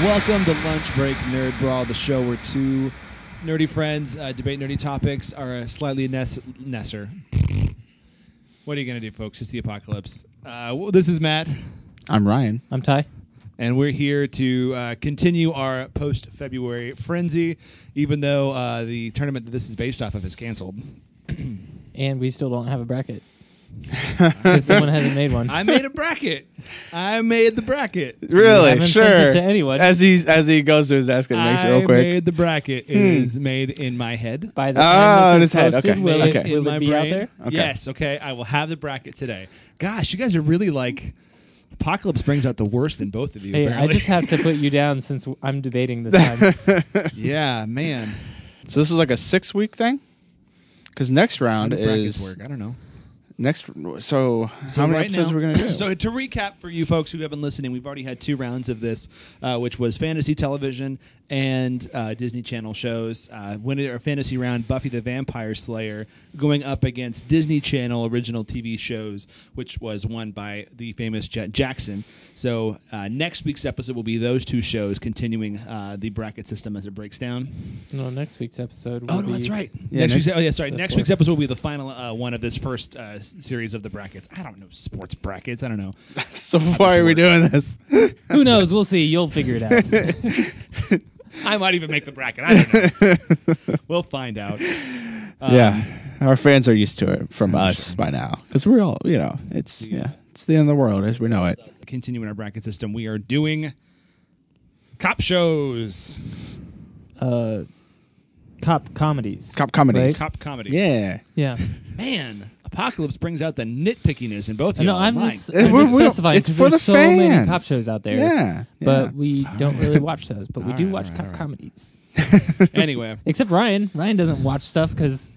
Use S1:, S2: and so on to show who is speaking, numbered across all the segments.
S1: Welcome to Lunch Break Nerd Brawl, the show where two nerdy friends uh, debate nerdy topics are a slightly ness- nesser. What are you going to do, folks? It's the apocalypse. Uh, well, this is Matt,
S2: I'm Ryan.
S3: I'm Ty.
S1: and we're here to uh, continue our post February frenzy, even though uh, the tournament that this is based off of is canceled.
S3: And we still don't have a bracket. 'Cause someone hasn't made one.
S1: I made a bracket. I made the bracket.
S2: Really?
S3: haven't
S2: sure.
S3: sent it to anyone.
S2: As he's as he goes to his desk and makes it
S1: I
S2: real quick. Hmm.
S1: made the bracket. It is made in my head.
S3: By the time
S2: Oh, in
S3: this
S2: his
S3: is
S2: head.
S3: posted,
S2: Okay.
S3: will
S2: Made
S3: it,
S2: in
S3: will it be out there?
S2: Okay.
S1: Yes. Okay. I will have the bracket today. Gosh, you guys are really like. Apocalypse brings out the worst in both of you.
S3: Hey, I
S1: apparently.
S3: just have to put you down since w- I'm debating this time.
S1: yeah, man.
S2: So this is like a six week thing. Because next
S1: How
S2: round
S1: do brackets
S2: is
S1: work? I don't know.
S2: next. So, how many
S1: right
S2: episodes
S1: now-
S2: we're gonna do?
S1: so to recap for you folks who have been listening, we've already had two rounds of this, uh, which was fantasy television and uh, Disney Channel shows. Uh, winner our fantasy round, Buffy the Vampire Slayer, going up against Disney Channel original TV shows, which was won by the famous Jet Jackson. So uh, next week's episode will be those two shows, continuing uh, the bracket system as it breaks down.
S3: no, next week's episode. Will
S1: Oh no,
S3: be,
S1: that's right.
S2: Yeah,
S1: next,
S2: next-
S1: week's, oh yeah, sorry.
S3: the
S1: Next
S3: fourth.
S1: week's episode will be the final uh, one of this first uh, s- series of the brackets. I don't know sports brackets. I don't know.
S2: so why are we doing this?
S3: Who knows? We'll see. You'll figure it out.
S1: I might even make the bracket. I don't know. we'll find out.
S3: Um,
S2: yeah, our fans are used to it from us by now. Because we're all, you know, it's yeah. it's the end of the world as we know it.
S1: Continuing our bracket system, we are doing cop shows,
S3: Uh, cop comedies.
S2: Cop comedies.
S1: cop comedy.
S2: Yeah,
S3: Yeah.
S1: man, Apocalypse brings out the nitpickiness in both. of
S3: No,
S1: y'all.
S3: I'm
S1: My
S3: just,
S2: It-
S3: I'm
S2: we're-
S3: just
S2: we're-
S3: specifying
S2: it's
S3: because
S2: for
S3: there's
S2: the
S3: so many cop
S2: fans.
S3: shows out there.
S2: Yeah, yeah.
S3: But we don't really watch those, but we
S1: All
S3: do
S1: right,
S3: watch
S1: all
S3: cop
S1: right, all right.
S3: comedies.
S1: anyway.
S3: Except Ryan. Ryan doesn't watch stuff because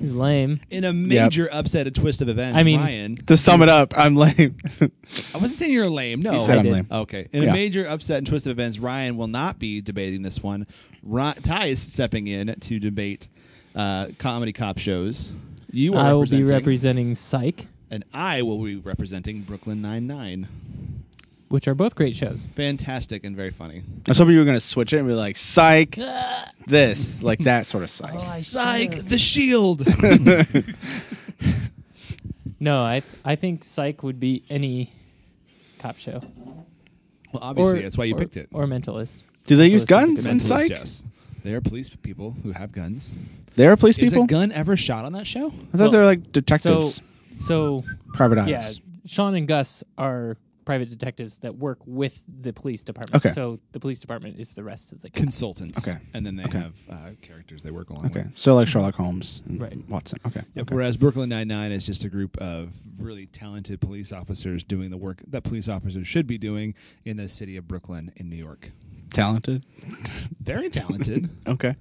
S3: he's lame.
S1: In a major upset and twist of events,
S3: I mean-
S1: Ryan.
S2: To sum it up, I'm lame.
S1: I wasn't saying you're lame. No,
S2: He said
S3: I
S2: I'm
S3: did.
S2: lame.
S1: Okay. In a
S2: Yeah.
S1: major upset and twist of events, Ryan will not be debating this one. Ri- Ty is stepping in to debate uh, comedy cop shows. You are
S3: I will be
S1: representing-
S3: representing Psych,
S1: and I will be representing Brooklyn Nine Nine.
S3: which are both great shows.
S1: Fantastic and very funny.
S2: I was hoping you were gonna switch it and be like, psych, this, like that sort of psych.
S1: Psych the Shield.
S3: No, I I think Psych would be any cop show.
S1: well, obviously, that's why you
S3: or-
S1: picked it.
S3: Or Mentalist.
S2: Do they use
S3: Mentalist is a good
S2: guns in
S3: mentalist,
S2: psych?
S1: yes. They are police people who have guns.
S2: There are police
S1: Is
S2: people.
S1: a gun ever shot on that show?
S2: I thought they were like
S3: So
S2: detectives,
S3: so
S2: private eyes.
S3: yeah, Sean and Gus are private detectives that work with the police department.
S2: Okay.
S3: So the police department is the rest of the cast.
S1: Consultants.
S2: Okay.
S1: And then they
S2: Okay.
S1: have uh, characters they work along
S2: Okay,
S1: with.
S2: so like Sherlock Holmes, and
S3: Right.
S2: Watson. Okay, okay.
S1: Whereas Brooklyn Nine Nine is just a group of really talented police officers doing the work that police officers should be doing in the city of Brooklyn in New York.
S2: talented.
S1: Very talented. you
S2: Okay,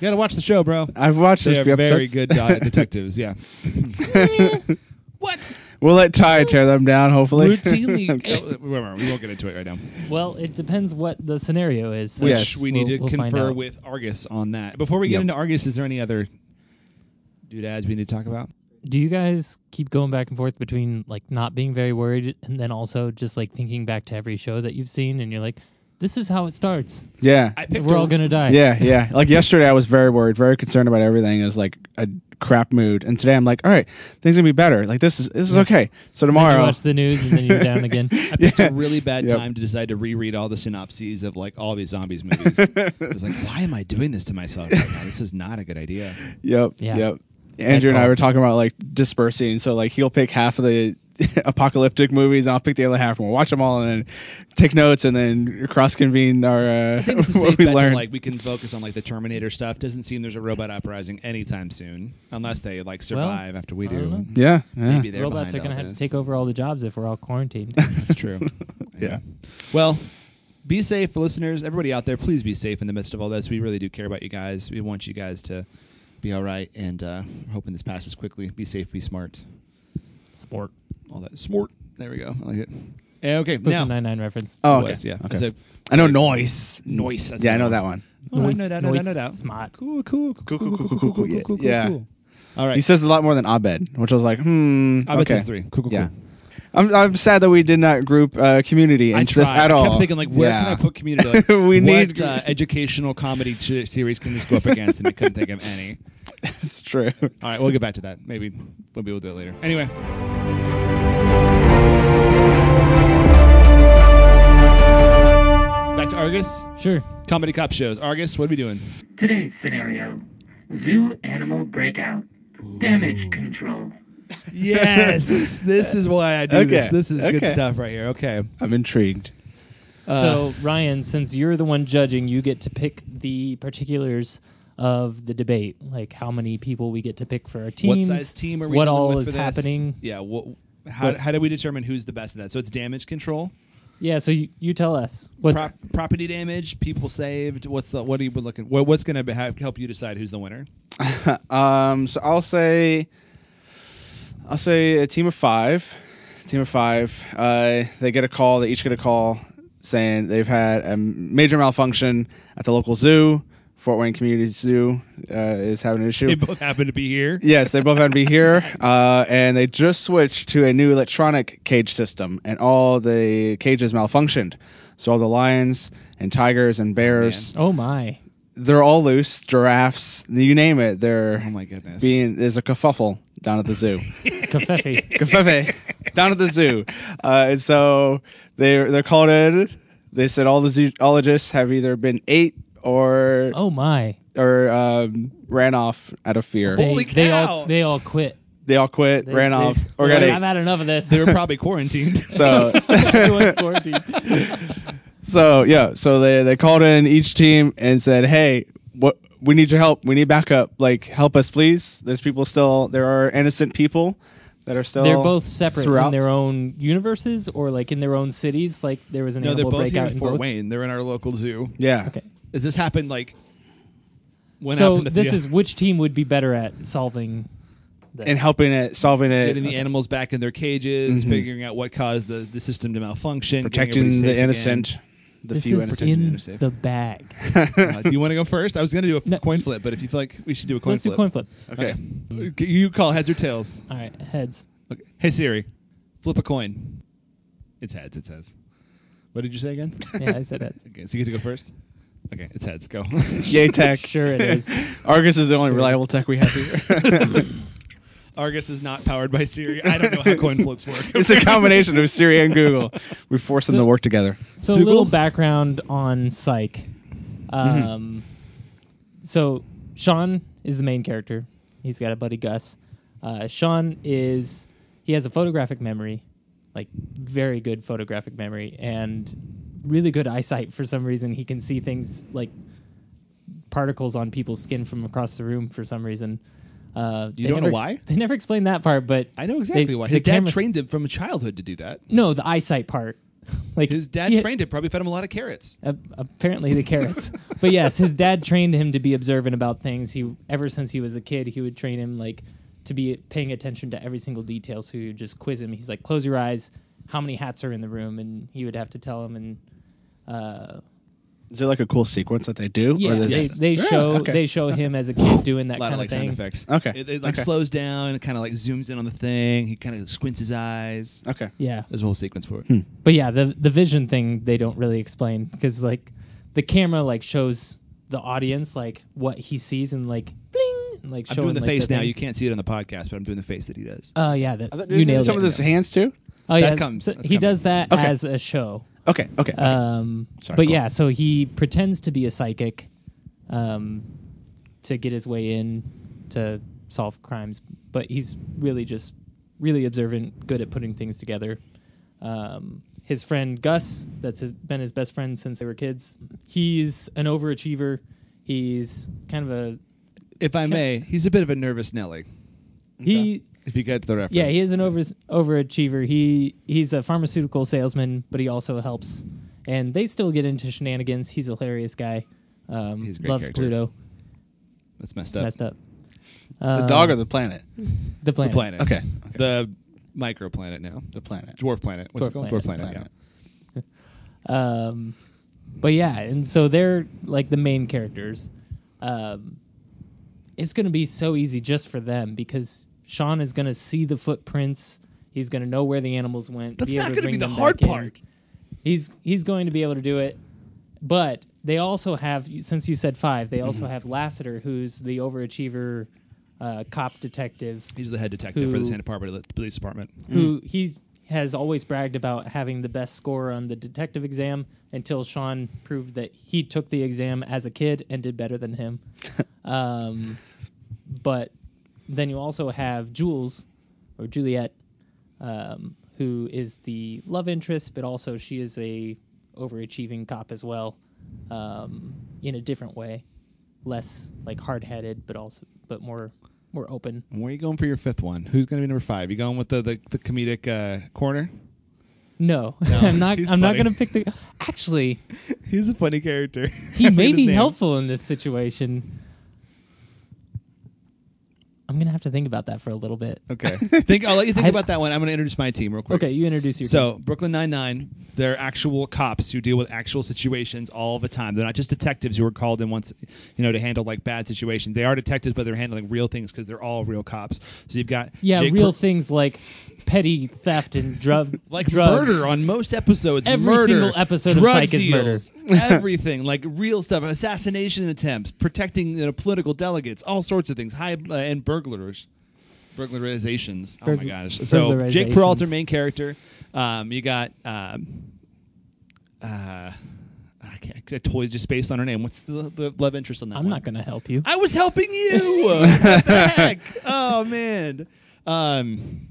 S1: gotta watch the show, bro.
S2: I've watched
S1: They're
S2: this. few
S1: very
S2: episodes.
S1: good uh, detectives. Yeah. what?
S2: We'll let Ty tear them down. Hopefully,
S1: Routinely. oh, whatever, we won't get into it right now.
S3: Well, it depends what the scenario is.
S1: Which
S2: Yes.
S1: we need to
S3: We'll- we'll find
S1: confer
S3: out.
S1: with Argus on that. Before we get
S2: Yep.
S1: into Argus, is there any other doodads we need to talk about?
S3: Do you guys keep going back and forth between like not being very worried and then also just like thinking back to every show that you've seen and you're like, this is how it starts.
S2: yeah,
S1: I picked
S3: We're
S1: a-
S3: all gonna die.
S2: yeah, yeah. Like yesterday, I was very worried, very concerned about everything. It was like a crap mood, and today I'm like, all right, things gonna be better. Like this is this is okay. So
S3: And then you
S2: tomorrow,
S3: watch the news and then you're down again.
S1: I picked a really bad
S2: Yep.
S1: time to decide to reread all the synopses of like all these zombies movies. I was like, why am I doing this to myself right now? This is not a good idea.
S2: Yep.
S3: Yeah.
S2: Yep. Andrew and I
S3: call.
S2: were talking about like dispersing. So like he'll pick half of the apocalyptic movies, and I'll pick the other half, and we'll watch them all, and then take notes, and then cross convene our uh,
S1: I think it's a
S2: what
S1: safe
S2: we
S1: bet to,
S2: learned.
S1: like we can focus on like the Terminator stuff. Doesn't seem there's a robot uprising anytime soon, unless they like survive after we
S3: I don't
S1: do.
S3: know.
S2: yeah. Yeah.
S1: Maybe they're
S3: Robots are
S1: behind
S3: going to
S1: all
S3: have to
S1: this.
S3: take over all the jobs if we're all quarantined.
S1: That's true.
S2: Yeah.
S1: Well, be safe, listeners. Everybody out there, please be safe in the midst of all this. We really do care about you guys. We want you guys to be all right, and uh, we're hoping this passes quickly. Be safe. Be smart.
S3: Sport.
S1: all that smart. There we go. I like it. Eh, okay,
S3: Brooklyn
S1: now
S3: Nine Nine reference.
S2: Oh,
S1: It
S2: okay.
S1: was, yeah.
S2: Okay.
S1: It's a-
S2: I know noise.
S1: Noise, that's
S2: yeah, I
S1: another
S2: know that
S1: one.
S2: one.
S1: Oh, I
S3: Noise-
S1: know that, I know
S3: noise
S1: that.
S3: smart.
S1: Cool, cool, cool,
S2: cool, cool, cool, cool,
S1: cool, cool,
S2: yeah.
S1: cool. All right.
S2: He says a lot more than Abed, which I was like, hmm.
S1: Abed
S2: okay.
S1: says three. Cool, cool,
S2: Yeah.
S1: cool.
S2: I'm, I'm sad that we did not group uh, community
S1: I
S2: into this
S1: tried.
S2: at all.
S1: I kept thinking like, where
S2: Yeah.
S1: can I put community? Like,
S2: We
S1: what,
S2: need-
S1: uh, educational comedy t- series can this go up against? And I couldn't think of any.
S2: It's true.
S1: All right, we'll get back to that. Maybe maybe we'll do it later. Anyway. Back to Argus.
S3: Sure.
S1: Comedy cop shows. Argus, what are we doing?
S4: Today's scenario zoo animal breakout, damage control.
S1: Yes. this is why I do this.
S2: Okay,
S1: This is good
S2: okay.
S1: stuff right here. Okay.
S2: I'm intrigued. Uh.
S3: so Ryan, since you're the one judging, you get to pick the particulars of the debate, like how many people we get to pick for our teams.
S1: what size team are we
S3: What
S1: dealing
S3: all
S1: with
S3: is
S1: for this?
S3: happening?
S1: Yeah, what how,
S3: What-
S1: how do we determine who's the best at that? So it's damage control,
S3: Yeah. So you, you tell us what's
S1: prop, property damage, people saved. What's the what are you looking? What, what's going to help you decide who's the winner?
S2: Um, so I'll say, I'll say a team of five. Team of five. Uh, they get a call. They each get a call saying they've had a major malfunction at the local zoo. Fort Wayne Community Zoo uh, is having an issue.
S1: They both happen to be here.
S2: Yes, they both had to be here, uh, and they just switched to a new electronic cage system, and all the cages malfunctioned. So all the lions and tigers and bears,
S3: oh my.
S2: they're all loose. Giraffes, you name it, they're
S1: Oh my goodness.
S2: being there's a kerfuffle down at the zoo.
S3: Kafefe.
S2: kerfuffle down at the zoo, uh, and so they they're called in. They said all the zoologists have either been ate or
S3: oh my.
S2: or um, ran off out of fear.
S3: They,
S1: Holy
S3: they
S1: cow.
S3: all they all quit.
S2: They all quit,
S3: They,
S2: ran
S3: they-
S2: off, or
S3: they're
S2: got
S3: like,
S2: ate.
S3: I've had enough of this.
S1: they were probably quarantined.
S2: So
S3: Everyone's quarantined.
S2: so yeah, so they they called in each team and said, "Hey, what we need your help. We need backup. Like help us please. There's people still there are innocent people that are still
S3: They're both separate
S2: Oh, throughout.
S3: in their own universes or like in their own cities. Like there was an
S1: no, they're
S3: animal
S1: both here
S3: breakout
S1: in
S3: in
S1: Fort
S3: both.
S1: Wayne. They're in our local zoo.
S2: Yeah.
S3: Okay.
S1: Does this happen like when
S3: so
S1: happened to
S3: this
S1: the- uh,
S3: is which team would be better at solving this.
S2: And helping it, solving it,
S1: getting the animals back in their cages, figuring out what caused the, the system to malfunction, getting
S2: Mm-hmm.
S1: everybody
S2: protecting
S1: safe
S2: the
S1: again.
S2: innocent, the
S3: this
S2: few
S3: is
S2: innocent.
S3: in
S1: innocent.
S3: the bag.
S1: Uh, do you want to go first? I was going to do a f-
S3: No.
S1: coin flip, but if you feel like we should do a coin
S3: Let's
S1: flip,
S3: do coin flip.
S2: Okay.
S1: Okay. You call heads or tails.
S3: All right, heads.
S1: Okay. Hey Siri, flip a coin. It's heads. It says. What did you say again?
S3: Yeah, I said heads.
S1: okay, so you get to go first. Okay, it's heads. Go.
S2: Yay tech.
S3: Sure it is.
S2: Argus is the only reliable tech we have here.
S1: Argus is not powered by Siri. I don't know how coin flips work.
S2: it's a combination of Siri and Google. We force them
S3: So-
S2: to work together.
S3: So
S1: Sugal?
S3: a little background on Psych.
S1: Mm-hmm.
S3: Um, So Sean is the main character. He's got a buddy Gus. Uh, Sean is he has a photographic memory, like very good photographic memory and really good eyesight. For some reason, he can see things like particles on people's skin from across the room. For some reason, uh,
S1: You
S3: they
S1: don't know
S3: never
S1: why?
S3: They never explain that part, but
S1: I know exactly
S3: they-
S1: why.
S3: the
S1: His dad
S3: camera-
S1: trained him from childhood to do that.
S3: No, the eyesight part. Like
S1: His dad
S3: he-
S1: trained him. Probably fed him a lot of carrots.
S3: a- apparently the carrots. but yes, his dad trained him to be observant about things. He ever since he was a kid, he would train him like to be paying attention to every single detail. So he would just quiz him. He's like, "Close your eyes. How many hats are in the room?" And he would have to tell him. And uh,
S2: Is there like a cool sequence that they do?
S3: yeah,
S2: is
S3: they,
S2: it-
S3: they
S2: Yeah,
S3: show
S2: okay.
S3: they show him as a kid doing that
S1: A lot
S3: kind
S1: of
S3: of,
S1: like
S3: thing.
S1: sound effects.
S2: Okay.
S1: It, it like
S2: Okay.
S1: slows down, kind of like zooms in on the thing. He kind of squints his eyes.
S2: Okay.
S3: Yeah,
S1: There's a whole sequence for it.
S3: but yeah, the the vision thing they don't really explain because like the camera like shows the audience like what he sees and like bling and, like
S1: I'm
S3: showing
S1: doing the
S3: like,
S1: face now.
S3: thing.
S1: You can't see it on the podcast, but I'm doing the face that he does.
S3: Oh yeah, that,
S2: I thought-
S3: you
S2: isn't
S3: nailed
S2: some
S3: it.
S2: of his hands too?
S3: Oh
S1: That
S3: yeah,
S1: comes.
S3: so
S1: That's
S3: he
S1: coming.
S3: does that
S2: Okay.
S3: as a show.
S2: Okay. Okay.
S3: Um,
S2: Sorry,
S3: but
S2: go
S3: yeah, so he pretends to be a psychic, um, to get his way in to solve crimes. But he's really just really observant, good at putting things together. Um, his friend Gus, that's his, been his best friend since they were kids. He's an overachiever. He's kind of a
S1: If I may, he's a bit of a nervous Nelly.
S3: he.
S1: If you get the reference,
S3: Yeah, he is an over overachiever. He he's a pharmaceutical salesman, but he also helps. And they still get into shenanigans. He's a hilarious guy. Um,
S1: He's a great
S3: loves
S1: character.
S3: Pluto.
S1: That's messed up.
S3: Messed up.
S2: the
S3: Um,
S2: dog or the planet?
S3: the
S1: The
S3: planet?
S1: planet.
S2: Okay.
S1: The microplanet now.
S2: The planet.
S1: Dwarf planet. What's
S3: Dwarf
S1: it called?
S3: planet.
S1: Dwarf planet.
S2: Planet.
S3: Um, but yeah, and so they're like the main characters. Um, it's going to be so easy just for them because Sean is going to see the footprints He's going to know where the animals went.
S1: That's
S3: be
S1: not
S3: able
S1: going to be
S3: bring
S1: the
S3: them
S1: hard
S3: back in.
S1: part.
S3: He's he's going to be able to do it. But they also have, since you said five, they also
S1: Mm-hmm.
S3: have Lassiter, who's the overachiever uh, cop detective
S1: He's the head detective for the
S3: Who-
S1: Santa Barbara Police Department.
S3: who he has always bragged about having the best score on the detective exam until Sean proved that he took the exam as a kid and did better than him. um, but then you also have Jules or Juliet, um, who is the love interest, but also she is a overachieving cop as well, um, in a different way, less like hard headed, but also but more more open.
S1: Where are you going for your fifth one? Who's going to be number five? You going with the the, the comedic uh, corner?
S3: No, I'm not. I'm
S1: he's
S3: not
S1: funny.
S3: going to pick the. Actually,
S1: He's a funny character.
S3: he may be
S1: helpful.
S3: helpful in this situation. I'm gonna have to think about that for a little bit.
S1: Okay, think I'll let you think
S3: I-
S1: about that one. I'm going to introduce my team real quick.
S3: Okay, you introduce your.
S1: So Brooklyn Nine Nine, they're actual cops who deal with actual situations all the time. They're not just detectives who are called in once, you know, to handle like bad situations. They are detectives, but they're handling real things because they're all real cops. So you've got
S3: yeah,
S1: Jake
S3: real
S1: Cr-
S3: things like petty theft and drug,
S1: like
S3: drugs.
S1: murder on most episodes.
S3: Every
S1: murder,
S3: single episode of
S1: drug
S3: Psych is murder.
S1: deals, everything like real stuff, assassination attempts, protecting you know, political delegates, all sorts of things, high uh, and burglars. Burglarizations. Oh my
S3: Burgl-
S1: gosh. So Jake
S3: burglarizations.
S1: Peralta, main character. Um, you got um, uh, I, can't, I totally just based on her name. What's the, the love interest on that
S3: I'm
S1: one?
S3: not gonna help you.
S1: I was helping you. What the heck? Oh man. Um,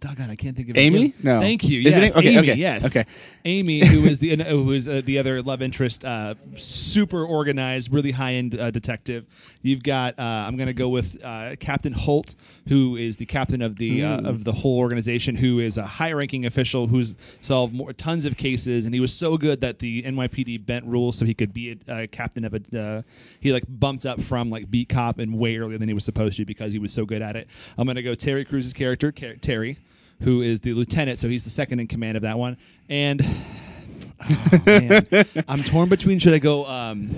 S1: doggone, I can't think of it.
S2: Amy? No.
S1: Thank you.
S2: Is it
S1: Yes,
S2: Amy? Okay,
S1: Amy.
S2: okay,
S1: Yes.
S2: okay.
S1: Amy, who is the who is uh, the other love interest, uh, super organized, really high end uh, detective. You've got. Uh, I'm going to go with uh, Captain Holt, who is the captain of the uh, of the whole organization, who is a high ranking official who's solved more, tons of cases, and he was so good that the NYPD bent rules so he could be a uh, captain of a. Uh, he like bumped up from like beat cop and way earlier than he was supposed to because he was so good at it. I'm going to go Terry Cruz's character, Car- Terry who is the lieutenant, so he's the second in command of that one. And oh, man. I'm torn between should I go um,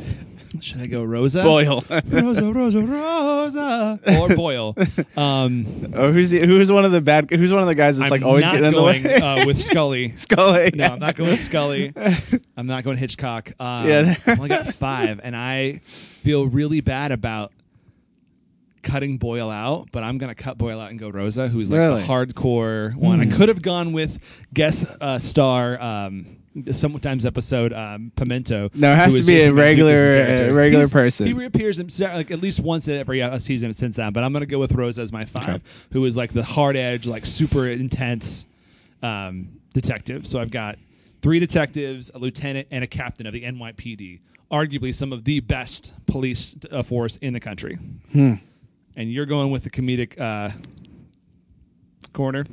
S1: should I go Rosa?
S2: Boyle.
S1: Rosa, Rosa, Rosa, or Boyle. Um,
S2: oh, who's the, who's one of the bad? Who's one of the guys that's
S1: I'm
S2: like always
S1: not
S2: getting in
S1: going
S2: the way?
S1: uh, with Scully.
S2: Scully.
S1: No, I'm not going with Scully. I'm not going Hitchcock. Um,
S2: Yeah.
S1: I only got five, and I feel really bad about cutting Boyle out, but I'm going to cut Boyle out and go Rosa, who's like
S2: Really? Hmm.
S1: the hardcore one. I could have gone with guest uh, star. Um, Sometimes episode um, Pimento.
S2: No, it has
S1: who
S2: to
S1: is
S2: be a
S1: Jason Mantzoukas'
S2: regular-
S1: character.
S2: a regular
S1: He's-
S2: person.
S1: He reappears in, se- like at least once every uh, season since then. But I'm going to go with Rosa as my five,
S2: Okay.
S1: who is like the hard edge, like super intense um, detective. So I've got three detectives, a lieutenant, and a captain of the NYPD, arguably some of the best police uh, force in the country. And you're going with the comedic uh, corner.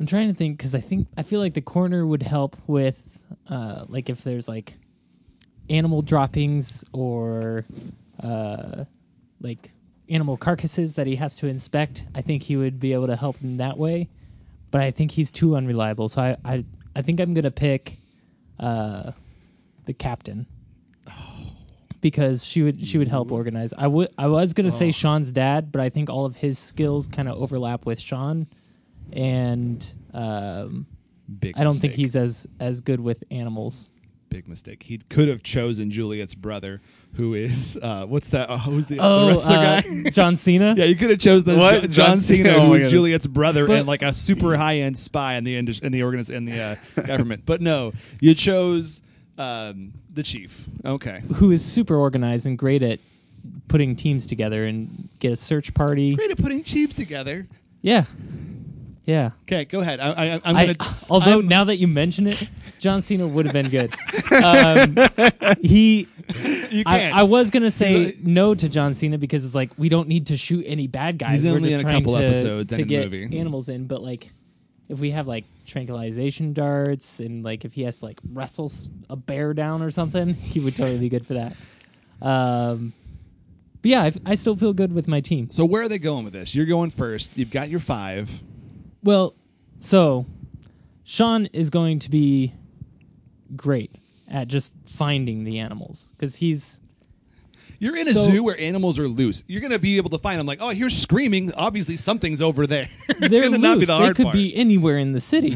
S3: I'm trying to think because I think I feel like the corner would help with uh, like if there's like animal droppings or uh, like animal carcasses that he has to inspect. I think he would be able to help them that way, but I think he's too unreliable. So I I, I think I'm gonna pick uh, the captain because she would she would
S1: Mm.
S3: help organize. I would I was gonna
S1: Oh.
S3: say Sean's dad, but I think all of his skills kind of overlap with Sean, and um,
S1: Big.
S3: I don't think
S1: mistake.
S3: he's as as good with animals.
S1: big mistake. He could have chosen Juliet's brother, who is uh, what's that? Uh, who's the, the wrestler
S3: uh,
S1: guy?
S3: John Cena.
S1: Yeah, you could have chosen the
S2: What?
S1: Jo- John,
S2: John
S1: Cena,
S2: Cena,
S1: who
S2: oh my
S1: was
S2: goodness.
S1: Juliet's brother
S3: But-
S1: and like a super high end spy in the indus- in the organiz- in the uh, government. But no, you chose um, the chief. Okay,
S3: who is super organized and great at putting teams together and get a search party.
S1: great at putting chiefs together.
S3: Yeah, yeah.
S1: Okay, go ahead. I, I, I'm
S3: I,
S1: gonna.
S3: although
S1: I'm-
S3: now that you mention it, John Cena would have been good. Um, he,
S1: you
S3: I,
S1: can't.
S3: I was gonna say
S1: He's
S3: no to John Cena because it's like we don't need to shoot any bad guys.
S1: He's
S3: We're
S1: only
S3: just
S1: in a
S3: trying
S1: couple
S3: to,
S1: episodes
S3: to
S1: in the
S3: get
S1: movie.
S3: animals in, but like if we have like tranquilization darts and like if he has to like wrestle s- a bear down or something, he would totally be good for that. Um, but yeah, I, I still feel good with my team.
S1: so where are they going with this? You're going first. You've got your five.
S3: Well, so Sean is going to be great at just finding the animals because he's
S1: You're in a
S3: So-
S1: zoo where animals are loose. You're going to be able to find them. Like, oh, I hear screaming. Obviously, something's over there. it's
S3: They're
S1: going to not be
S3: loose.
S1: the hard
S3: They could
S1: part.
S3: be anywhere in the city.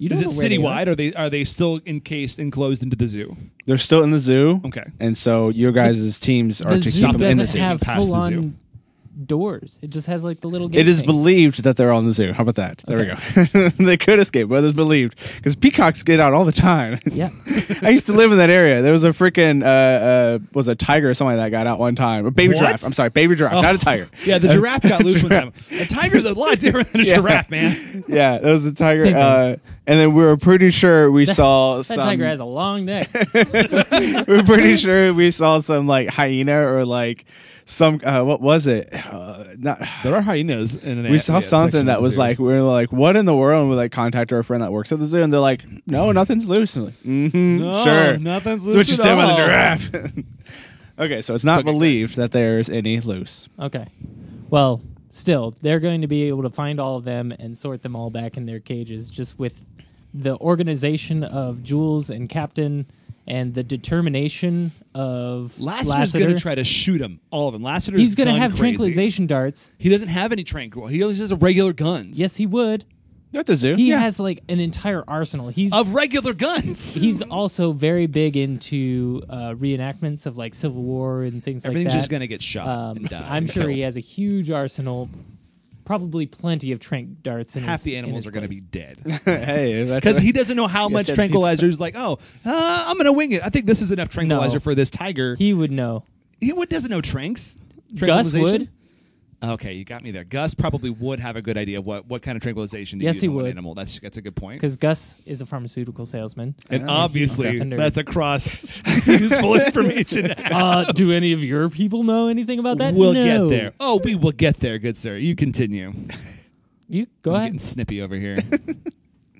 S3: You don't
S1: Is it
S3: know where they are.
S1: citywide? Are they are they still encased enclosed into the zoo?
S2: They're still in the zoo.
S1: Okay.
S2: And so your guys' teams are
S3: the
S2: to keep
S3: zoo
S2: them in the
S3: doesn't
S2: zoo.
S3: have
S1: Past the
S3: full
S1: zoo.
S3: on doors. It just has like the little. Gate
S2: It is
S3: things.
S2: believed that they're all in the zoo. How about that? There we go. they could escape, but it's believed because peacocks get out all the time.
S3: Yeah.
S2: I used to live in that area. There was a freaking uh, uh, was a tiger or something like that got out one time. A baby
S1: What?
S2: giraffe. I'm sorry, baby giraffe,
S3: Oh.
S2: not a tiger.
S1: Yeah, the giraffe got loose one time. A tiger's a lot different than a
S2: Yeah.
S1: giraffe, man.
S2: yeah, that was a tiger.
S3: Same thing.
S2: Uh, and then we were pretty sure we saw
S3: That
S2: some.
S3: tiger has a long neck.
S2: we were pretty sure we saw some like hyena or like some uh, what was it? Uh, not.
S1: There are hyenas in an
S2: We saw something that was like we were like, what in the world? And we like contacted our friend that works at the zoo, and they're like, no, nothing's loose. And we're like, mm-hmm,
S1: Mm-hmm. no,
S2: sure,
S1: nothing's
S2: That's
S1: loose.
S2: what you
S1: at
S2: stand by the
S1: all.
S2: giraffe. okay, so it's not
S1: okay, go ahead.
S2: believed that there's any loose.
S3: Okay. Well, still, they're going to be able to find all of them and sort them all back in their cages just with the organization of Jules and Captain and the determination of
S1: Lassiter's
S3: Lassiter.
S1: going to try to shoot him, all of them. Lassiter's
S3: He's going to
S1: gun
S3: have
S1: crazy.
S3: tranquilization darts.
S1: He doesn't have any tranquil. He always has regular guns.
S3: Yes, he would.
S2: They're at the zoo.
S3: He
S2: yeah.
S3: has like an entire arsenal. He's
S1: of regular guns.
S3: he's also very big into uh, reenactments of like Civil War and things like that.
S1: Everything's just going to get shot
S3: Um,
S1: and die.
S3: I'm
S1: and
S3: sure he
S1: killed.
S3: has a huge arsenal, probably plenty of trank darts. In
S1: half
S3: his-
S1: the
S3: in
S1: animals
S3: his
S1: are going to
S3: place.
S1: be dead
S2: hey, that's
S1: because he doesn't know how
S2: Yes,
S1: much
S2: that-
S1: tranquilizers. Like, oh, uh, I'm going to wing it. I think this is enough tranquilizer
S3: No.
S1: for this tiger. He,
S3: He would know.
S1: would doesn't know tranks.
S3: Gus
S1: Tranquilization?
S3: would.
S1: Okay, you got me there. Gus probably would have a good idea of what, what kind of tranquilization to
S3: Yes,
S1: use
S3: he
S1: on
S3: would.
S1: an animal. That's that's a good point.
S3: Because Gus is a pharmaceutical salesman.
S1: And obviously,
S3: he's a nerd.
S1: that's across useful information.
S3: Uh, do any of your people know anything about that?
S1: we'll
S3: No.
S1: get there. Oh, we will get there, good sir. You continue.
S3: You go
S1: I'm
S3: ahead.
S1: getting snippy over here.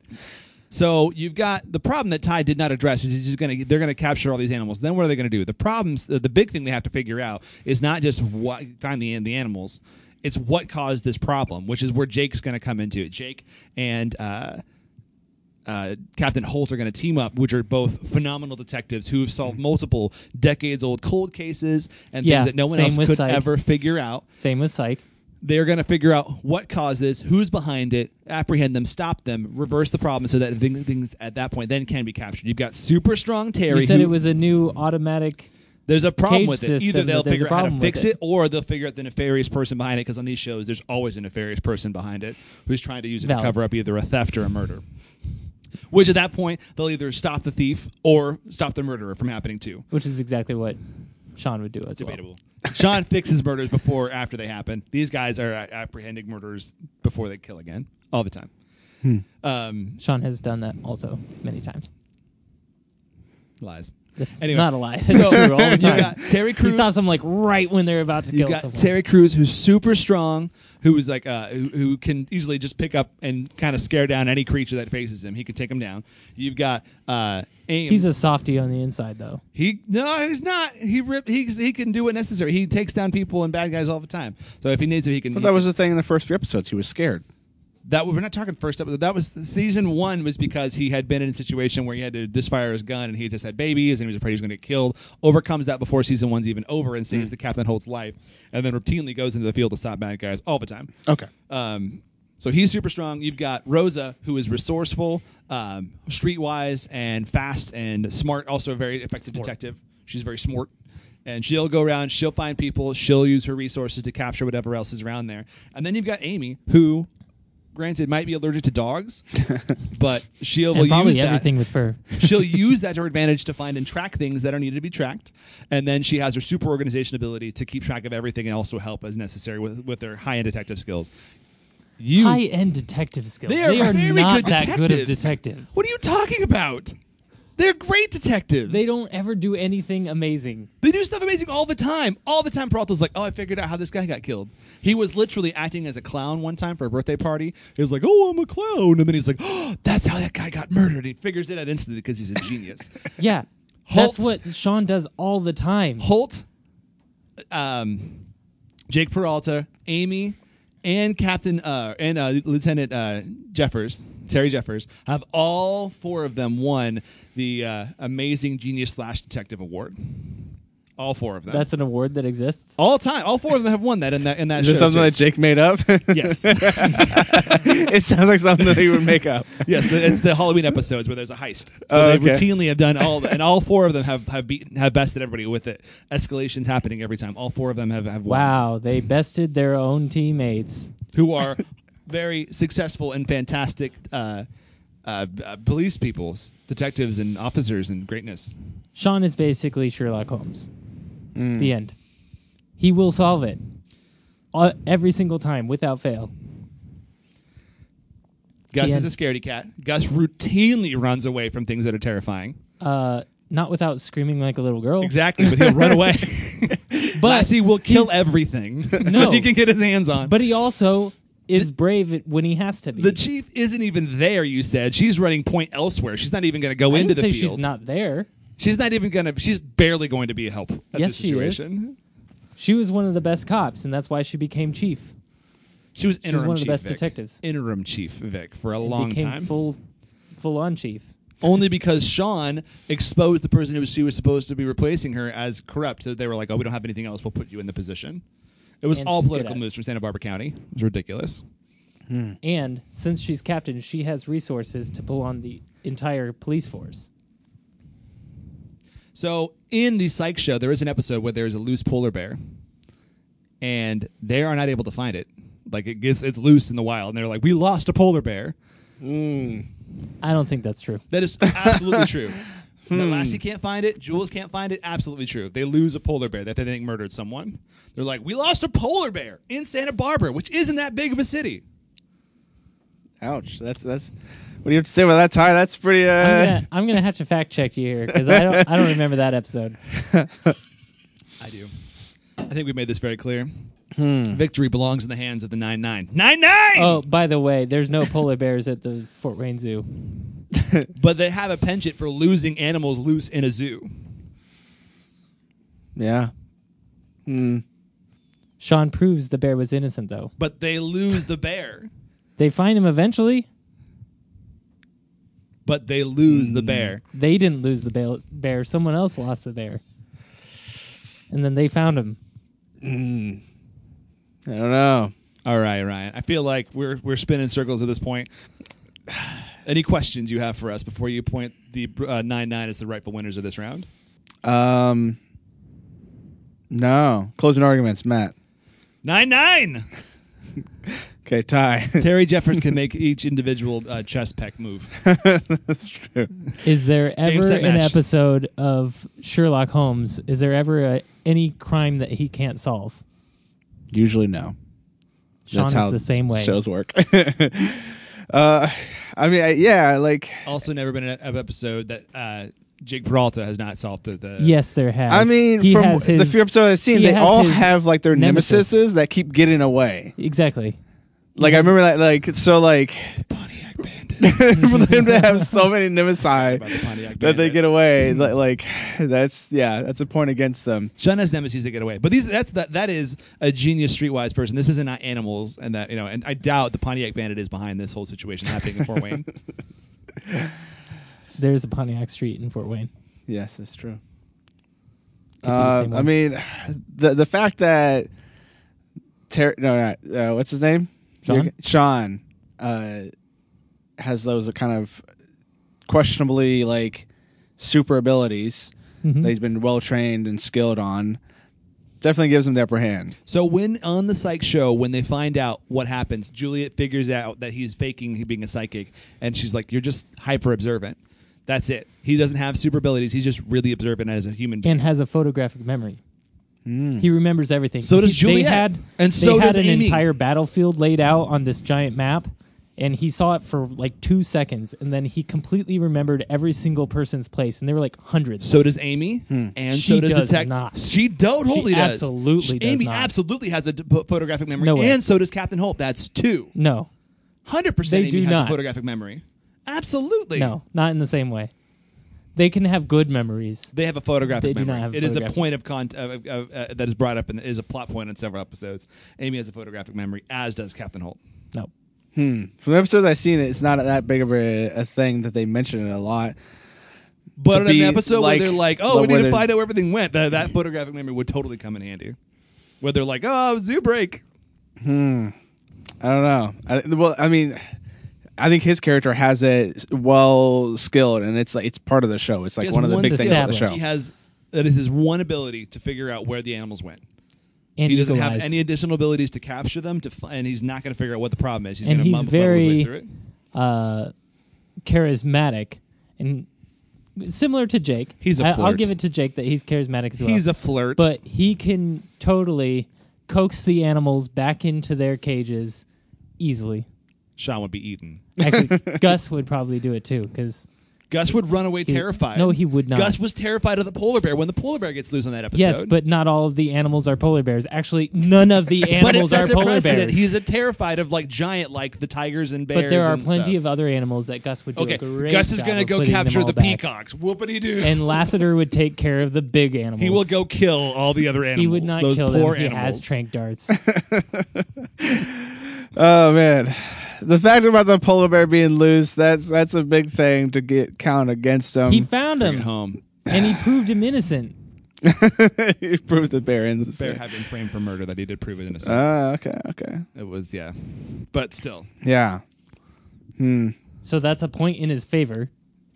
S1: so you've got the problem that Ty did not address is he's just gonna they're gonna capture all these animals. Then what are they gonna do? The problems the, the big thing they have to figure out is not just what find the the animals, it's what caused this problem, which is where Jake's gonna come into it. Jake and uh, uh, Captain Holt are going to team up, which are both phenomenal detectives who have solved multiple decades-old cold cases and
S3: Yeah,
S1: things that no one
S3: same
S1: else
S3: with
S1: could
S3: Psych.
S1: ever figure out
S3: Same with Psych.
S1: they're going to figure out what caused this, who's behind it, apprehend them, stop them, reverse the problem so that thing- things at that point then can be captured. You've got super strong Terry.
S3: You said
S1: who-
S3: it was a new automatic.
S1: there's a problem
S3: cage
S1: with it. Either
S3: system,
S1: they'll
S3: that there's
S1: figure
S3: a
S1: out how to
S3: problem with
S1: fix it.
S3: it.
S1: or they'll figure out the nefarious person behind it because on these shows there's always a nefarious person behind it who's trying to use it to
S3: Valid.
S1: cover up either a theft or a murder. Which at that point they'll either stop the thief or stop the murderer from happening too.
S3: Which is exactly what Sean would do as
S1: Debatable.
S3: well.
S1: Sean fixes murders before or after they happen. These guys are a- apprehending murders before they kill again all the time.
S3: Hmm.
S1: Um,
S3: Sean has done that also many times.
S1: lies.
S3: That's
S1: Anyway,
S3: not a lie. That's
S1: so
S3: true all the
S1: you
S3: time.
S1: got Terry
S3: He
S1: Crews.
S3: stops them like right when they're about to
S1: You
S3: kill
S1: got
S3: someone.
S1: Terry Crews, who's super strong, who is like uh, who, who can easily just pick up and kind of scare down any creature that faces him. He can take him down. You've got uh, Ames.
S3: He's a softy on the inside though.
S1: He no, he's not. He rip. He he can do what necessary. He takes down people and bad guys all the time. So if he needs to, he can.
S2: But
S1: he
S2: that
S1: can-
S2: was the thing in the first few episodes. He was scared.
S1: that we're not talking first episode. That was season one was because he had been in a situation where he had to disfire his gun and he just had babies and he was afraid he was going to get killed. Overcomes that before season one's even over and saves the Captain Holt's life, and then routinely goes into the field to stop bad guys all the time.
S2: Okay.
S1: Um, so he's super strong. You've got Rosa, who is resourceful, um, streetwise, and fast and smart. Also a very effective detective. She's very smart. And she'll go around, she'll find people, she'll use her resources to capture whatever else is around there. And then you've got Amy, who, granted, might be allergic to dogs, but she'll
S3: And
S1: will use
S3: probably
S1: that.
S3: everything with fur.
S1: She'll use that to her advantage to find and track things that are needed to be tracked. And then she has her super organization ability to keep track of everything and also help as necessary with, with her high end detective skills. You
S3: High end detective skills.
S1: they are, very
S3: not
S1: good
S3: that
S1: detectives.
S3: good of detectives.
S1: What are you talking about? They're great detectives.
S3: They don't ever do anything amazing.
S1: They do stuff amazing all the time. All the time, Peralta's like, "Oh, I figured out how this guy got killed." He was literally acting as a clown one time for a birthday party. He was like, "Oh, I'm a clown," and then he's like, "Oh, that's how that guy got murdered." He figures it out instantly because he's a genius.
S3: Yeah.
S1: Holt-
S3: That's what Sean does all the time.
S1: Holt, um, Jake Peralta, Amy, and Captain uh, and uh, Lieutenant uh, Jeffers, Terry Jeffers, have all four of them won the uh, Amazing Genius Slash Detective Award. All four of them.
S3: That's an award that exists.
S1: all time. All four of them have won that in that in that
S2: Is
S1: show.
S2: this something that
S1: series.
S2: Jake made up?
S1: yes,
S2: it sounds like something that he would make up.
S1: yes. It's the Halloween episodes where there's a heist. So
S2: Oh,
S1: they
S2: okay.
S1: routinely have done all, the, and all four of them have have beaten have bested everybody with it. Escalations happening every time. All four of them have have won.
S3: Wow, they bested their own teammates.
S1: who are very successful and fantastic uh, uh, b- uh, police people, s- detectives and officers and greatness.
S3: Sean is basically Sherlock Holmes.
S1: Mm.
S3: The end. He will solve it Uh, every single time without fail.
S1: Gus
S3: Yeah.
S1: is a scaredy cat. Gus routinely runs away from things that are terrifying.
S3: Uh, not without screaming like a little girl.
S1: Exactly, but he'll run away.
S3: But
S1: Lassie will kill everything
S3: No.
S1: that he can get his hands on.
S3: But he also is brave when he has to be.
S1: the chief isn't even there. You said she's running point elsewhere. She's not even going to go
S3: I
S1: into
S3: didn't
S1: the
S3: say
S1: field.
S3: she's not there.
S1: She's not even going to. She's barely going to be a help. At
S3: Yes,
S1: this
S3: she is.
S1: situation. She is.
S3: She was one of the best cops, and that's why she became chief.
S1: She was interim
S3: one of the
S1: chief
S3: best
S1: Vic.
S3: detectives.
S1: Interim chief Vic for a long
S3: became
S1: time.
S3: full, full on chief.
S1: only because Sean exposed the person who she was supposed to be replacing her as corrupt. So they were like, "Oh, we don't have anything else. We'll put you in the position." It was
S3: And
S1: all
S3: she's good
S1: political
S3: at it.
S1: moves from Santa Barbara County. It was ridiculous.
S3: And since she's captain, she has resources to pull on the entire police force.
S1: So in the Psych Show, there is an episode where there is a loose polar bear, and they are not able to find it. Like it gets, it's loose in the wild, and they're like, "We lost a polar bear."
S3: I don't think that's true.
S1: That is absolutely true. No, Lassie can't find it. Jules can't find it. Absolutely true. They lose a polar bear that they think murdered someone. They're like, we lost a polar bear in Santa Barbara, which isn't that big of a city.
S2: Ouch. That's that's. What do you have to say about that, Ty? That's pretty.
S3: I'm
S2: Uh,
S3: gonna, I'm gonna have to fact check you here because I don't I don't remember that episode.
S1: I do. I think we made this very clear. Victory belongs in the hands of the 9 9. 9 9!
S3: Oh, by the way, there's no polar bears at the Fort Wayne Zoo.
S1: But they have a penchant for losing animals loose in a zoo.
S2: yeah.
S3: Sean proves the bear was innocent though.
S1: But they lose the bear.
S3: They find him eventually.
S1: But they lose the bear.
S3: They didn't lose the bail- bear. Someone else lost the bear, and then they found him.
S2: I don't know.
S1: All right, Ryan. I feel like we're we're spinning circles at this point. Any questions you have for us before you point the uh, nine nine as the rightful winners of this round?
S2: Um. No. Closing arguments, Matt.
S1: Nine nine.
S2: Okay, Ty.
S1: Terry Jeffers can make each individual uh, chest peck move.
S2: That's true.
S3: Is there ever
S1: set,
S3: an
S1: match.
S3: episode of Sherlock Holmes? Is there ever a, any crime that he can't solve?
S2: Usually, no.
S3: Sean
S2: That's how
S3: is the same way.
S2: Shows work. uh, I mean, I, yeah, like
S1: Also, never been an episode that uh, Jake Peralta has not solved the. the
S3: Yes, there has.
S2: I mean,
S3: Oh, he
S2: from
S3: has
S2: the
S3: his,
S2: few episodes I've seen,
S3: he
S2: they
S3: has
S2: all
S3: his
S2: have like their
S3: nemesis.
S2: nemesis that keep getting away.
S3: exactly.
S2: Like I remember that, like so, like
S1: Pontiac Bandit.
S2: for them to have so many
S1: About the
S2: nemesi
S1: Pontiac
S2: that they
S1: Bandit.
S2: get away, li- like that's yeah, that's a point against them.
S1: Sean has nemesis that get away, but these that's that that is a genius streetwise person. This isn't not animals, and that you know, and I doubt the Pontiac Bandit is behind this whole situation happening in Fort Wayne.
S3: There's a Pontiac Street in Fort Wayne.
S2: Yes, that's true.
S3: be the same
S2: Uh, I
S3: one.
S2: mean, the the fact that Ter- no, not, uh, what's his name?
S3: Sean?
S2: Your- Sean uh, has those kind of questionably like super abilities
S3: Mm-hmm.
S2: that he's been well trained and skilled on. Definitely gives him the upper hand.
S1: So when on the psych show, when they find out what happens, Juliet figures out that he's faking he being a psychic, and she's like, "You're just hyper observant. That's it. He doesn't have super abilities. He's just really observant as a human." being.
S3: and has a photographic memory. He remembers everything.
S1: Hmm. So does
S3: He-
S1: Juliet.
S3: They had,
S1: And
S3: they
S1: so
S3: had
S1: does
S3: an
S1: Amy.
S3: entire battlefield laid out on this giant map, and he saw it for like two seconds, and then he completely remembered every single person's place, and there were like hundreds.
S1: So does Amy, and so
S3: She
S1: does,
S3: does
S1: the tech.
S3: not.
S1: She totally
S3: She
S1: does.
S3: absolutely
S1: She-
S3: does
S1: Amy
S3: not.
S1: absolutely has a d- po- photographic memory,
S3: No way.
S1: and so does Captain Holt. That's two.
S3: no,
S1: Hundred percent.
S3: They
S1: Amy
S3: do
S1: has
S3: not.
S1: a photographic memory. Absolutely.
S3: no, not in the same way. They can have good memories.
S1: They have a photographic
S3: They do
S1: memory.
S3: not have a
S1: it is a
S3: photographic-
S1: point of con- of, of, uh, that is brought up and is a plot point in several episodes. Amy has a photographic memory, as does Captain Holt.
S3: No,
S2: From the episodes I've seen, it's not that big of a, a thing that they mention it a lot.
S1: But
S2: to
S1: in
S2: be
S1: an episode
S2: like-
S1: where they're like, "Oh, we
S2: where
S1: need to
S2: they're-
S1: find out where everything went," that, that photographic memory would totally come in handy. Where they're like, "Oh, zoo break."
S2: I don't know. I, well, I mean, I think his character has it well skilled, and it's like it's part of the show. It's
S1: He
S2: like
S1: has
S2: one of the
S1: one
S2: big things about the
S3: established.
S2: show.
S1: He has that is his one ability to figure out where the animals went.
S3: And
S1: he doesn't
S3: eagle
S1: have
S3: eyes.
S1: any additional abilities to capture them, to fi- and he's not going to figure out what the problem is. He's
S3: And
S1: going to
S3: he's
S1: mumble his way
S3: very-
S1: through it.
S3: uh, charismatic and similar to Jake.
S1: He's a
S3: I, I'll
S1: flirt.
S3: give it to Jake that he's charismatic as well.
S1: He's a flirt.
S3: but he can totally coax the animals back into their cages easily.
S1: Sean would be eaten.
S3: Actually, Gus would probably do it too because
S1: Gus would run away terrified.
S3: no, he would not.
S1: Gus was terrified of the polar bear when the polar bear gets loose on that episode.
S3: yes, but not all of the animals are polar bears. Actually, none of the
S1: But it
S3: animals are
S1: sets a
S3: polar
S1: precedent.
S3: bears.
S1: He's a terrified of like giant, like the tigers and bears.
S3: but there are
S1: and
S3: plenty
S1: stuff.
S3: of other animals that Gus would do a
S1: Okay,
S3: great
S1: Gus is
S3: job
S1: gonna
S3: of
S1: go
S3: putting them
S1: capture
S3: all
S1: the
S3: back.
S1: peacocks. Whoopity doo.
S3: And Lassiter would take care of the big animals.
S1: he will go kill all the other animals.
S3: He would not
S1: those
S3: kill them.
S1: poor
S3: He
S1: animals.
S3: has trank darts.
S2: Oh man, the fact about the polar bear being loose that's that's a big thing to get count against him.
S3: he found
S1: Bring it
S3: him.
S1: home.
S3: and he proved him innocent.
S2: he proved the bear innocent.
S1: Bear had been framed for murder that he did prove innocent.
S2: Ah, okay, okay,
S1: it was yeah, but still.
S2: yeah.
S3: So that's a point in his favor.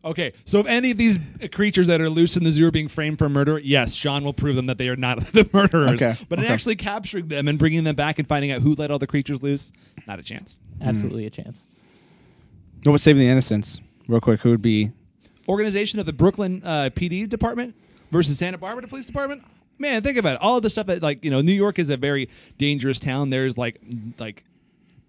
S1: Okay, so if any of these creatures that are loose in the zoo are being framed for murder, yes, Sean will prove them that they are not the murderers.
S2: Okay,
S1: But in
S2: okay.
S1: actually capturing them and bringing them back and finding out who let all the creatures loose, not a chance.
S3: Absolutely a chance.
S2: What would save the innocents? Real quick, who would be?
S1: Organization of the Brooklyn uh, PD department versus Santa Barbara Police Department. Man, think about it. All of the stuff that like you know, New York is a very dangerous town. There's like like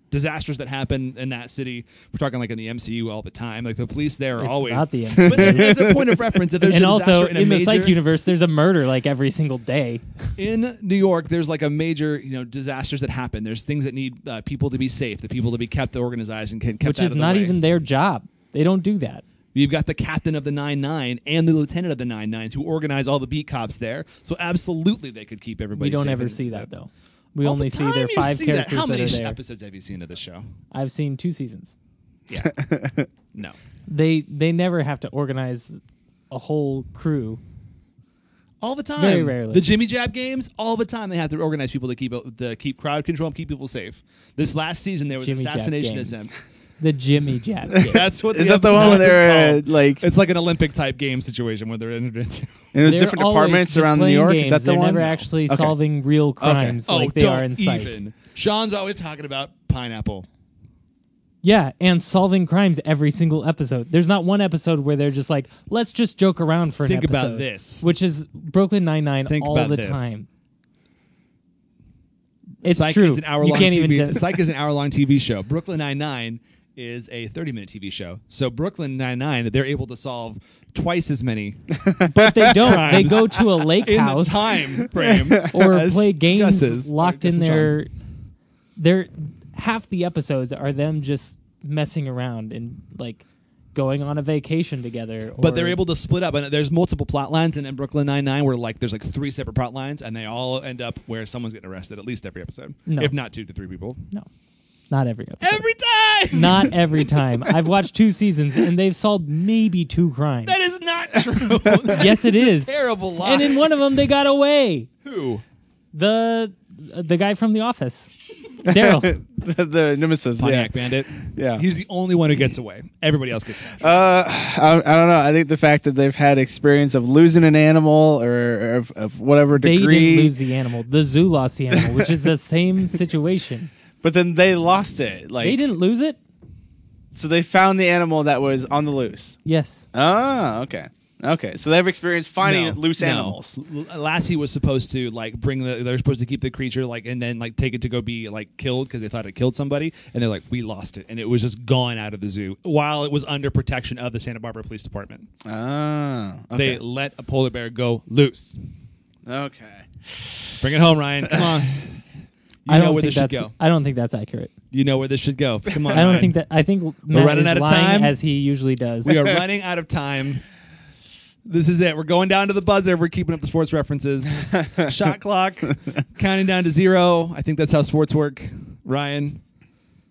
S1: disasters that happen in that city. We're talking like in the MCU all the time. Like the police there are
S3: It's
S1: always
S3: not the
S1: But as a point of reference, if there's
S3: and
S1: a disaster
S3: also
S1: in,
S3: in,
S1: a
S3: the
S1: major,
S3: psych universe, there's a murder like every single day.
S1: in New York, there's like a major, you know, disasters that happen. There's things that need uh, people to be safe, the people to be kept organized and ke- kept
S3: Which
S1: out
S3: is
S1: of the
S3: not
S1: way.
S3: even their job. They don't do that.
S1: You've got the captain of the nine nine and the lieutenant of the nine nines who organize all the beat cops there. So absolutely, they could keep everybody.
S3: We don't
S1: safe
S3: ever
S1: and-
S3: see that though. We
S1: All
S3: only
S1: the
S3: see
S1: time
S3: their
S1: you
S3: five
S1: see that.
S3: characters that,
S1: How many
S3: are there.
S1: episodes have you seen of this show?
S3: I've seen two seasons.
S1: Yeah, no.
S3: They they never have to organize a whole crew.
S1: All the time.
S3: Very rarely.
S1: The Jimmy Jab games, all the time they have to organize people to keep uh, to keep crowd control and keep people safe. This last season there was
S3: Jimmy
S1: an
S3: Jab
S1: assassination
S3: games.
S1: attempt.
S3: The Jimmy Jab. game.
S1: That's what
S2: Is
S1: the
S2: that the one
S1: episode
S2: where
S1: was
S2: they're uh,
S1: called.
S2: like
S1: It's like an Olympic type game situation where they're entered into.
S2: in those
S3: They're
S2: different
S3: always
S2: departments
S3: just
S2: around New
S3: playing
S2: York?
S3: Games.
S2: Is that the
S3: They're
S2: one?
S3: never actually
S2: Okay.
S3: solving real crimes
S1: oh,
S3: like they
S1: don't
S3: are in psych.
S1: even. Sean's always talking about pineapple.
S3: Yeah, and solving crimes every single episode. There's not one episode where they're just like, let's just joke around for an
S1: Think about
S3: episode.
S1: this.
S3: Which is Brooklyn Nine-Nine
S1: Think
S3: all
S1: about
S3: the
S1: this.
S3: time. It's
S1: Psych
S3: true.
S1: Is an hour
S3: you
S1: long
S3: can't
S1: TV.
S3: even...
S1: Psych is an hour long TV show. Brooklyn Nine Nine is a thirty minute TV show. So Brooklyn Nine Nine, they're able to solve twice as many
S3: but they don't. They
S1: crimes
S3: go to a lake
S1: in
S3: house
S1: the time frame,
S3: or
S1: as
S3: play games
S1: Gus's.
S3: locked
S1: Or
S3: in
S1: Gus's genre.
S3: their... Their half the episodes are them just messing around and like going on a vacation together. Or,
S1: But they're able to split up, and there's multiple plot lines. And in Brooklyn Nine Nine, where like there's like three separate plot lines, and they all end up where someone's getting arrested at least every episode,
S3: No.
S1: if not two to three people.
S3: no, not every episode.
S1: Every time.
S3: Not every time. I've watched two seasons and they've solved maybe two crimes.
S1: That is not true.
S3: yes, it is.
S1: terrible lie.
S3: And in one of them, they got away.
S1: Who?
S3: The the guy from The Office, Daryl.
S2: the, the nemesis.
S1: Pontiac
S2: yeah.
S1: Bandit.
S2: Yeah.
S1: He's the only one who gets away. Everybody else gets captured.
S2: Uh, I, I don't know. I think the fact that they've had experience of losing an animal or of, of whatever
S3: They
S2: degree,
S3: didn't lose the animal. The zoo lost the animal, which is the same situation.
S2: but then they lost it. Like
S3: They didn't lose it.
S2: so, they found the animal that was on the loose.
S3: Yes,
S2: Ah, okay, okay. So they've experienced finding
S1: No,
S2: loose
S1: no.
S2: animals.
S1: L- Lassie was supposed to like bring the. They're supposed to keep the creature like and then like take it to go be like killed because they thought it killed somebody, and they're like, we lost it, and it was just gone out of the zoo while it was under protection of the Santa Barbara Police Department.
S2: Ah,
S1: They
S2: okay.
S1: let a polar bear go loose.
S2: okay.
S1: Bring it home, Ryan. Come on. You
S3: I
S1: know
S3: don't
S1: where
S3: think
S1: this should
S3: that's.
S1: go.
S3: I don't think that's accurate.
S1: You know where this should go. Come on.
S3: I don't
S1: Ryan.
S3: think that. I think Matt
S1: running
S3: is
S1: out of
S3: lying
S1: time.
S3: as he usually does.
S1: We are running out of time. This is it. We're going down to the buzzer. We're keeping up the sports references. Shot clock, counting down to zero. I think that's how sports work. Ryan,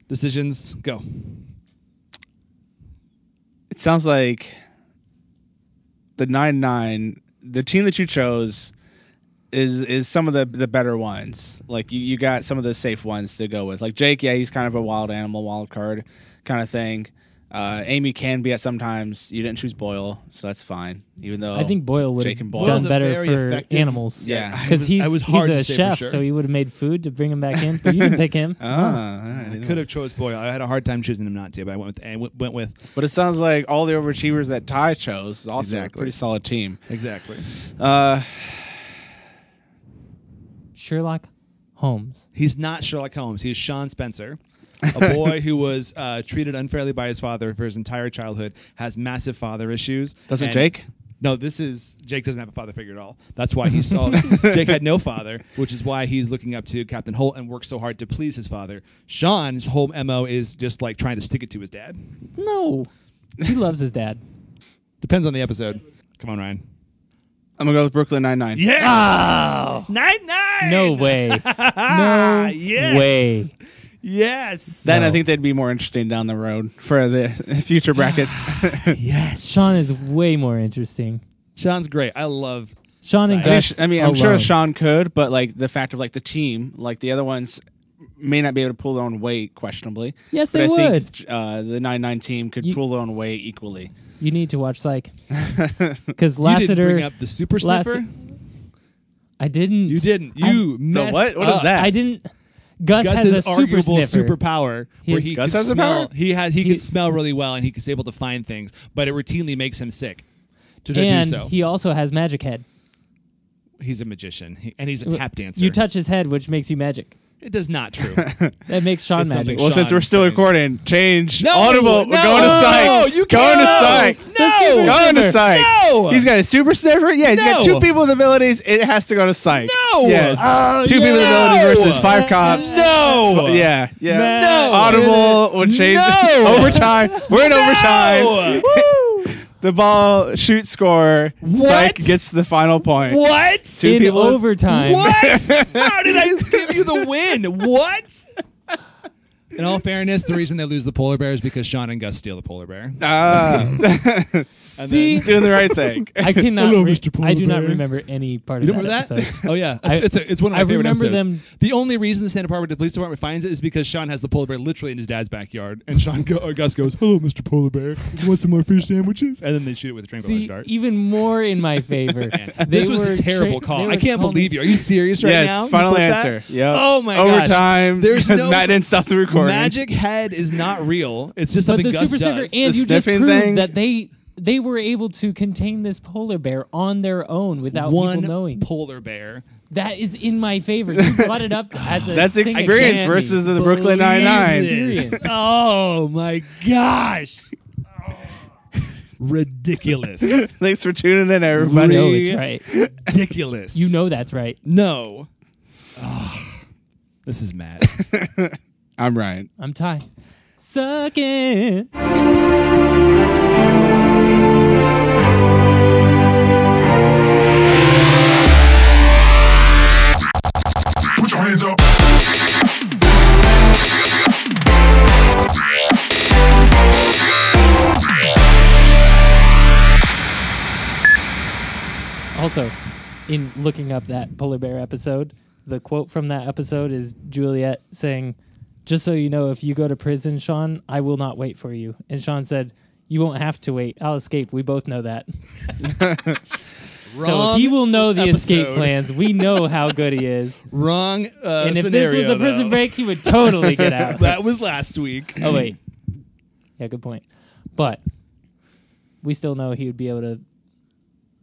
S1: decisions, go.
S2: It sounds like the nine nine, the team that you chose is is some of the the better ones. Like you, you got some of the safe ones to go with. Like Jake, yeah, he's kind of a wild animal, wild card kind of thing. Uh, Amy can be at sometimes. You didn't choose Boyle, so that's fine. Even though
S3: I think Boyle would
S2: Jake and
S3: have
S2: Boyle.
S1: Boyle's
S3: done
S1: a
S3: better
S1: very
S3: for
S1: effective-
S3: animals.
S2: Yeah. I
S1: was-
S3: because he's,
S1: I was hard
S3: he's
S1: to
S3: a
S1: say for
S3: chef,
S1: sure.
S3: so he would have made food to bring him back in. But you didn't pick him.
S2: Ah, all right, I
S1: Could have chose Boyle. I had a hard time choosing him not to, but I went with I went- went with
S2: But it sounds like all the overachievers that Ty chose is also
S1: Exactly.
S2: a pretty solid team.
S1: exactly.
S2: Uh,
S3: Sherlock Holmes.
S1: He's not Sherlock Holmes. He's Sean Spencer, a boy who was uh, treated unfairly by his father for his entire childhood, has massive father issues.
S2: Doesn't
S1: and-
S2: Jake?
S1: No, this is Jake doesn't have a father figure at all. That's why he saw Jake had no father, which is why he's looking up to Captain Holt and works so hard to please his father. Sean's whole mo is just like trying to stick it to his dad.
S3: No, he loves his dad.
S1: Depends on the episode. Come on, Ryan.
S2: I'm gonna go with Brooklyn Nine Nine.
S1: Yes,
S3: Oh.
S1: nine nine.
S3: No way. No
S1: Yes.
S3: way.
S1: Yes.
S2: Then I
S3: So-
S2: think they'd be more interesting down the road for the future brackets.
S1: yes.
S3: Sean is way more interesting.
S1: Sean's great. I love
S3: Sean and
S1: Sci-
S2: I mean,
S3: Gus.
S2: sh- I mean, I'm sure
S3: alone.
S2: Sean could, but like the fact of like the team, like the other ones may not be able to pull their own weight, questionably.
S3: Yes,
S2: but
S3: they
S2: I
S3: would.
S2: Think, uh, the nine nine team could
S3: You-
S2: pull their own weight equally.
S3: You need to watch Psych because
S1: You didn't bring
S3: Lassiter.
S1: up the super
S3: Lass-
S1: sniffer.
S3: I didn't.
S1: You didn't.
S3: I'm-
S1: You
S2: The
S1: messed
S2: what? What is
S1: up.
S2: that?
S3: I didn't. Gus,
S1: Gus
S3: has a
S1: has
S3: super
S1: arguable
S3: sniffer.
S1: superpower
S3: He
S1: where
S3: has-
S1: he
S2: Gus
S1: can
S2: has a
S1: smell.
S2: power?
S1: He has he,
S3: He-
S1: can smell really well and he is able to find things, but it routinely makes him sick to
S3: and
S1: do so.
S3: he also has magic head.
S1: he's a magician he- and he's a tap dancer.
S3: You touch his head, which makes you magic.
S1: it does not true.
S3: That makes Sean
S1: It's something-
S3: magic.
S2: Well, since
S1: Sean
S2: we're still
S1: Cranes.
S2: recording, change
S1: No,
S2: audible. We're
S1: no,
S2: going to psych.
S1: no, you
S2: going to
S1: can't.
S2: psych.
S1: No,
S3: The super
S2: going to
S3: sniffer.
S2: psych.
S1: No.
S2: he's got a super sniffer. Yeah, he's got
S1: No.
S2: two people with abilities. It has to go to psych.
S1: No.
S2: yes,
S1: Oh,
S2: two people with
S1: yeah.
S2: ability versus
S1: No.
S2: five cops.
S1: no.
S2: Yeah, yeah.
S1: No.
S2: Audible would change
S1: No.
S2: overtime. We're in
S1: No.
S2: overtime. The ball shoot score. Psych
S1: What?
S2: gets the final point.
S1: What?
S2: Two
S3: in
S2: people.
S3: overtime.
S1: What? How did I give you the win? What? In all fairness, the reason they lose the polar bear is because Sean and Gus steal the polar bear.
S2: Ah,
S1: And
S3: See,
S1: then,
S2: doing the right thing.
S3: I cannot.
S1: Hello,
S3: re-
S1: Mr. Polar
S3: I do not
S1: Bear.
S3: remember any part
S1: you
S3: of
S1: remember
S3: that,
S1: that?
S3: episode.
S1: oh yeah, it's,
S3: I-
S1: it's, a, it's one of my
S3: I
S1: favorite
S3: remember
S1: episodes.
S3: them-
S1: The only reason the Santa Barbara Police Department finds it is because Sean has the polar bear literally in his dad's backyard, and Sean go, or Gus goes, "Hello, Mr. Polar Bear. You want some more fish sandwiches?" And then they shoot it with a tranquilizer
S3: See,
S1: dart.
S3: even more in my favor.
S1: This was a terrible call. I can't believe you. Are you serious right
S2: yes,
S1: now? You
S2: final
S1: put that-
S2: answer. Yep.
S1: Oh my
S2: Overtime,
S1: gosh. There's
S2: because
S1: no
S2: Matt didn't stop the recording.
S1: Magic head is not real. It's just
S3: But
S1: something
S3: the
S1: Gus
S3: super sniffer,
S1: does.
S3: and
S2: The
S3: you just
S2: sniffing
S3: proved
S2: thing-
S3: that they they were able to contain this polar bear on their own without
S1: one
S3: people knowing.
S1: polar bear.
S3: that is in my favor. You brought it up as a
S2: That's
S3: thing
S2: experience
S3: against me.
S2: versus the Brooklyn Nine Nine.
S1: Jesus. oh my gosh. Ridiculous.
S2: Thanks for tuning in, everybody.
S3: I know it's right.
S1: Ridiculous.
S3: You know that's right.
S1: No. Ugh. This is mad.
S2: I'm Ryan.
S3: I'm Ty. Suck it.
S5: Put your hands up.
S3: Also, in looking up that polar bear episode, the quote from that episode is Juliet saying, "Just so you know, if you go to prison, Sean, I will not wait for you." And Sean said, "You won't have to wait. I'll escape. We both know that. so
S1: Wrong.
S3: he will know the escape
S1: episode.
S3: plans. We know how good he is.
S1: Wrong. Uh,
S3: and if
S1: scenario,
S3: this was a prison
S1: though.
S3: break, he would totally get out."
S1: that was last week.
S3: oh wait, yeah, good point. But we still know he would be able to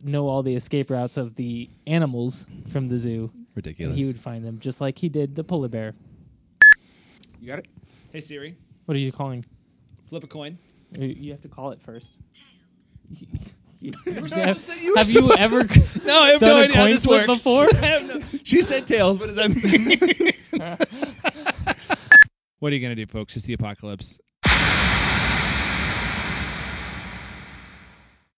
S3: know all the escape routes of the animals from the zoo.
S1: Ridiculous.
S3: He would find them just like he did the polar bear.
S2: You got it.
S1: hey Siri,
S3: What are you calling?
S1: flip a coin.
S3: You- You have to call it first.
S1: You were
S3: have you ever
S1: No, I have
S3: done
S1: no
S3: a
S1: idea how
S3: coin
S1: this
S3: flip
S1: works.
S3: before?
S1: I have no- she said tails. What does that mean? what are you gonna do, folks? It's the apocalypse.